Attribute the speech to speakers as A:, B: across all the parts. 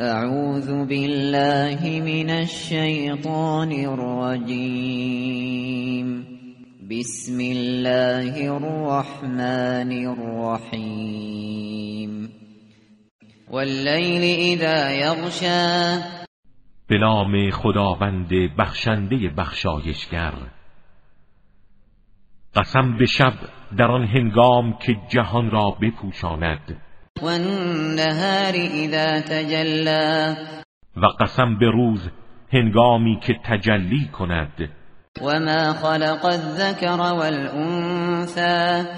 A: أعوذ بالله من الشيطان الرجيم بسم الله الرحمن الرحيم والليل إذا يغشى
B: به نام خداوند بخشنده بخشایشگر قسم به شب در آن هنگام که جهان را بپوشاند
A: والنهار إذا تجلى
B: و قسم به روز هنگامی که تجلی کند
A: وما خلق الذكر والأنثى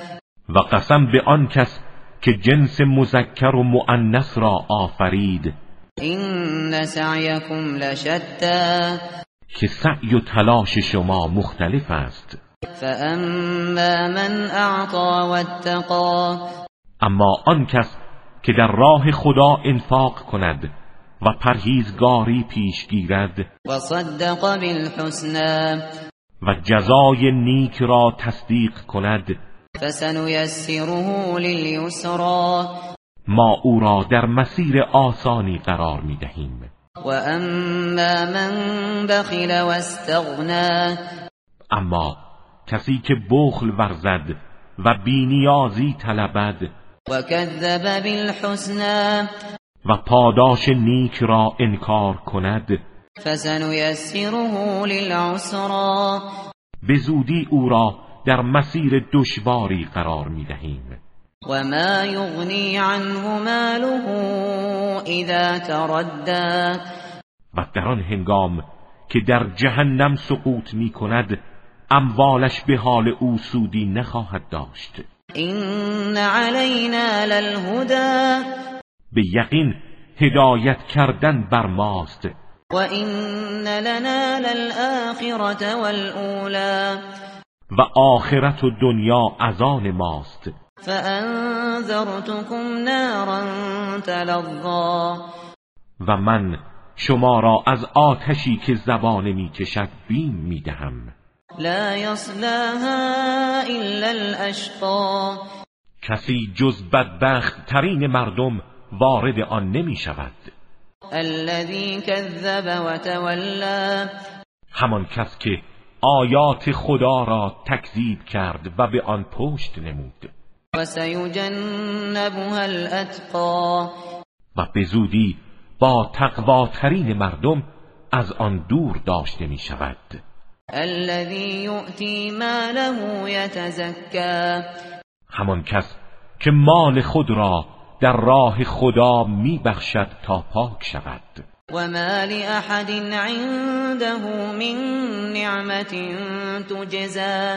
B: و قسم به آن کس که جنس مذکر و مؤنث را آفرید
A: إن سعيكم لشتى
B: که سعی و تلاش شما مختلف است
A: فأما من أعطى واتقى
B: اما آن کس که در راه خدا انفاق کند و پرهیزگاری پیش گیرد
A: وصدق بالحسنى
B: و جزای نیک را تصدیق کند
A: فسنيسره لليسرى
B: ما او را در مسیر آسانی قرار می دهیم
A: وأما من بخل واستغنى
B: اما کسی که بخل ورزد و بینیازی طلبد
A: وكذب بالحسنى
B: و پاداش نیک را انکار کند
A: فسنيسره للعسرى
B: به زودی او را در مسیر دشواری قرار می دهیم
A: وما يغني عنه ماله إذا تردى
B: و در آن هنگام که در جهنم سقوط می کند اموالش به حال او سودی نخواهد داشت
A: إن علينا للهدى
B: به یقین هدایت کردن بر ماست
A: وإن لنا للآخرة والأولى
B: و آخرت و دنیا از آن ماست
A: فأنذرتكم نارا تلظى
B: و من شما را از آتشی که زبانه میکشد بیم میدهم
A: لا يصلاها إلا الأشقى
B: کسی جز بدبخت ترین مردم وارد آن نمی شود
A: الذي كذب وتولى
B: همان کس که آیات خدا را تکذیب کرد و به آن پشت نمود
A: وسيجنبها الأتقى
B: و به زودی با تقواترین مردم از آن دور داشته می شود
A: الذي يؤتي ماله يتزكى
B: همان کس که مال خود را در راه خدا می بخشد تا پاک شود
A: وما لأحد عنده من نعمة تجزى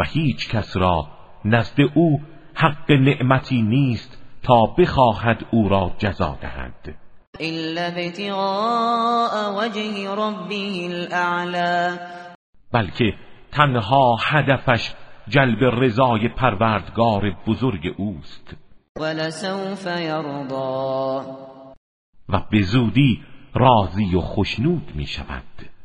B: و هیچ کس را نزد او حق نعمتی نیست تا بخواهد او را جزا دهد
A: إلا ابتغاء وجه ربه الأعلى
B: بلکه تنها هدفش جلب رضای پروردگار بزرگ اوست
A: ولسوف يرضى
B: و به زودی راضی و خشنود می شود